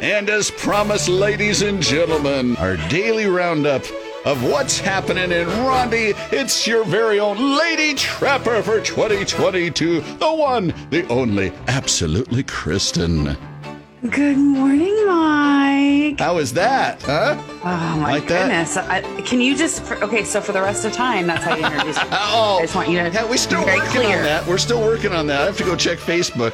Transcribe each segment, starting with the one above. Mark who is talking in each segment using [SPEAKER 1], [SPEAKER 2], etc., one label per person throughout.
[SPEAKER 1] And as promised, ladies and gentlemen, our daily roundup of what's happening in Rondi, it's your very own Lady Trapper for 2022. The one, the only, absolutely Kristen.
[SPEAKER 2] Good morning, Mike.
[SPEAKER 1] How is that, huh? Uh,
[SPEAKER 2] Oh my
[SPEAKER 1] Like that?
[SPEAKER 2] goodness! I, can you just for, okay? So for the rest of time, that's how you introduce. me.
[SPEAKER 1] Oh,
[SPEAKER 2] I just want you to
[SPEAKER 1] yeah, we're still
[SPEAKER 2] be very
[SPEAKER 1] working
[SPEAKER 2] clear.
[SPEAKER 1] on that. We're still working on that. I have to go check Facebook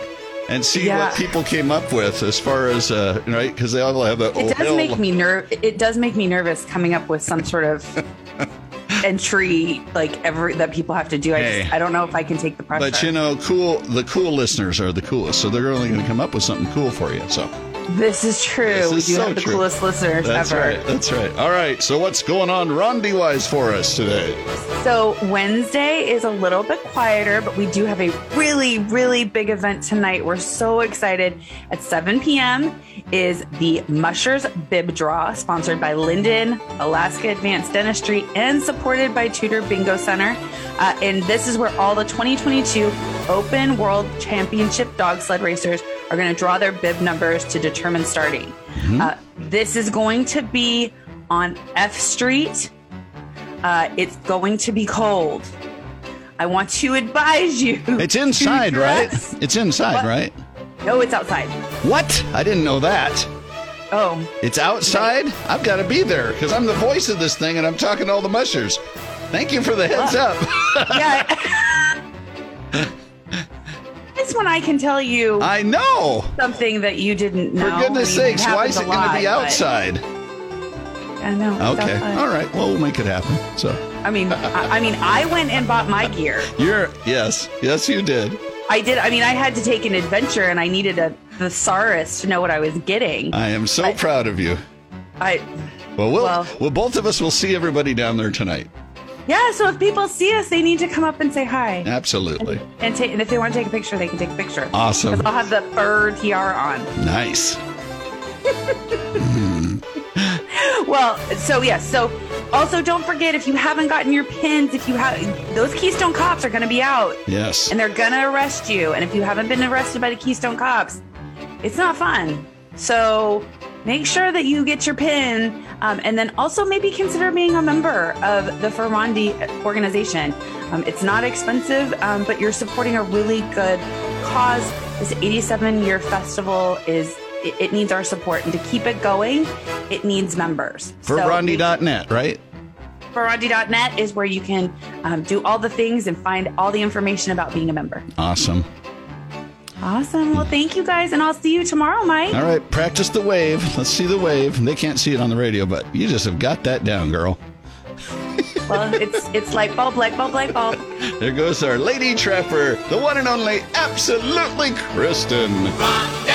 [SPEAKER 1] and see
[SPEAKER 2] Yeah.
[SPEAKER 1] what people came up with as far as uh, right because they all have that.
[SPEAKER 2] It does make me nerve. It does make me nervous coming up with some sort of entry like every that people have to do. I
[SPEAKER 1] Hey.
[SPEAKER 2] just I don't know if I can take the pressure.
[SPEAKER 1] But you know, cool. The cool listeners are the coolest, so they're only going to come up with something cool for you. So
[SPEAKER 2] this is true.
[SPEAKER 1] this is
[SPEAKER 2] we do
[SPEAKER 1] so
[SPEAKER 2] have the
[SPEAKER 1] true.
[SPEAKER 2] coolest listeners
[SPEAKER 1] that's
[SPEAKER 2] ever.
[SPEAKER 1] right. That's right. All right. So what's going on, Rondi wise, for us today?
[SPEAKER 2] So Wednesday is a little bit quieter, but we do have a really, really big event tonight. We're so excited. At 7 p.m. is the Mushers Bib Draw, sponsored by Linden, Alaska Advanced Dentistry, and supported by Tudor Bingo Center. Uh, and this is where all the 2022 Open World Championship dog sled racers are going to draw their bib numbers to determine starting. Uh, this is going to be on F Street. Uh, it's going to be cold. I want to advise you.
[SPEAKER 1] It's inside,
[SPEAKER 2] to
[SPEAKER 1] right?
[SPEAKER 2] dress-
[SPEAKER 1] It's inside,
[SPEAKER 2] What?
[SPEAKER 1] right?
[SPEAKER 2] No, it's outside.
[SPEAKER 1] What? I didn't know that.
[SPEAKER 2] Oh,
[SPEAKER 1] It's outside. I've got to be there because I'm the voice of this thing, and I'm talking to all the mushers. Thank you for the heads up.
[SPEAKER 2] yeah. That's when I can tell you
[SPEAKER 1] I know.
[SPEAKER 2] something that you didn't know.
[SPEAKER 1] For goodness
[SPEAKER 2] I mean,
[SPEAKER 1] sakes, why is
[SPEAKER 2] happens
[SPEAKER 1] it
[SPEAKER 2] a
[SPEAKER 1] going to be
[SPEAKER 2] lot, but-
[SPEAKER 1] outside?
[SPEAKER 2] I know. it's
[SPEAKER 1] Okay.
[SPEAKER 2] outside.
[SPEAKER 1] All right. Well, we'll make it happen. So
[SPEAKER 2] I mean, I, I mean, I went and bought my gear.
[SPEAKER 1] you're yes, yes, you did.
[SPEAKER 2] I did. I mean, I had to take an adventure, and I needed a thesaurus to know what I was getting.
[SPEAKER 1] I am so proud of you.
[SPEAKER 2] I
[SPEAKER 1] Well, we'll, well,
[SPEAKER 2] Well-
[SPEAKER 1] both of us will see everybody down there tonight.
[SPEAKER 2] yeah. So if people see us, they need to come up and say hi.
[SPEAKER 1] Absolutely.
[SPEAKER 2] And, ta- and if they want to take a picture, they can take a picture.
[SPEAKER 1] Awesome.
[SPEAKER 2] 'Cause I'll have the fur TR on.
[SPEAKER 1] Nice.
[SPEAKER 2] Well, so yes. so also don't forget if you haven't gotten your pins, if you have those Keystone cops are going to be out
[SPEAKER 1] Yes.
[SPEAKER 2] and they're going to arrest you. And if you haven't been arrested by the Keystone cops, it's not fun. So make sure that you get your pin. Um, and then also maybe consider being a member of the Ferrandi organization. Um, it's not expensive, um, but you're supporting a really good cause. This 87 year festival is, it, it needs our support. And to keep it going, it needs members.
[SPEAKER 1] For
[SPEAKER 2] So-
[SPEAKER 1] Rondi.net, right?
[SPEAKER 2] Ferrandi.net is where you can um, do all the things and find all the information about being a member.
[SPEAKER 1] Awesome.
[SPEAKER 2] Awesome. Well, thank you guys, and I'll see you tomorrow, Mike.
[SPEAKER 1] All right. Practice the wave. Let's see the wave. They can't see it on the radio, but you just have got that down, girl.
[SPEAKER 2] Well, it's it's light bulb, light bulb, light bulb.
[SPEAKER 1] There goes our lady trapper, the one and only, absolutely Kristen.
[SPEAKER 3] Rondi.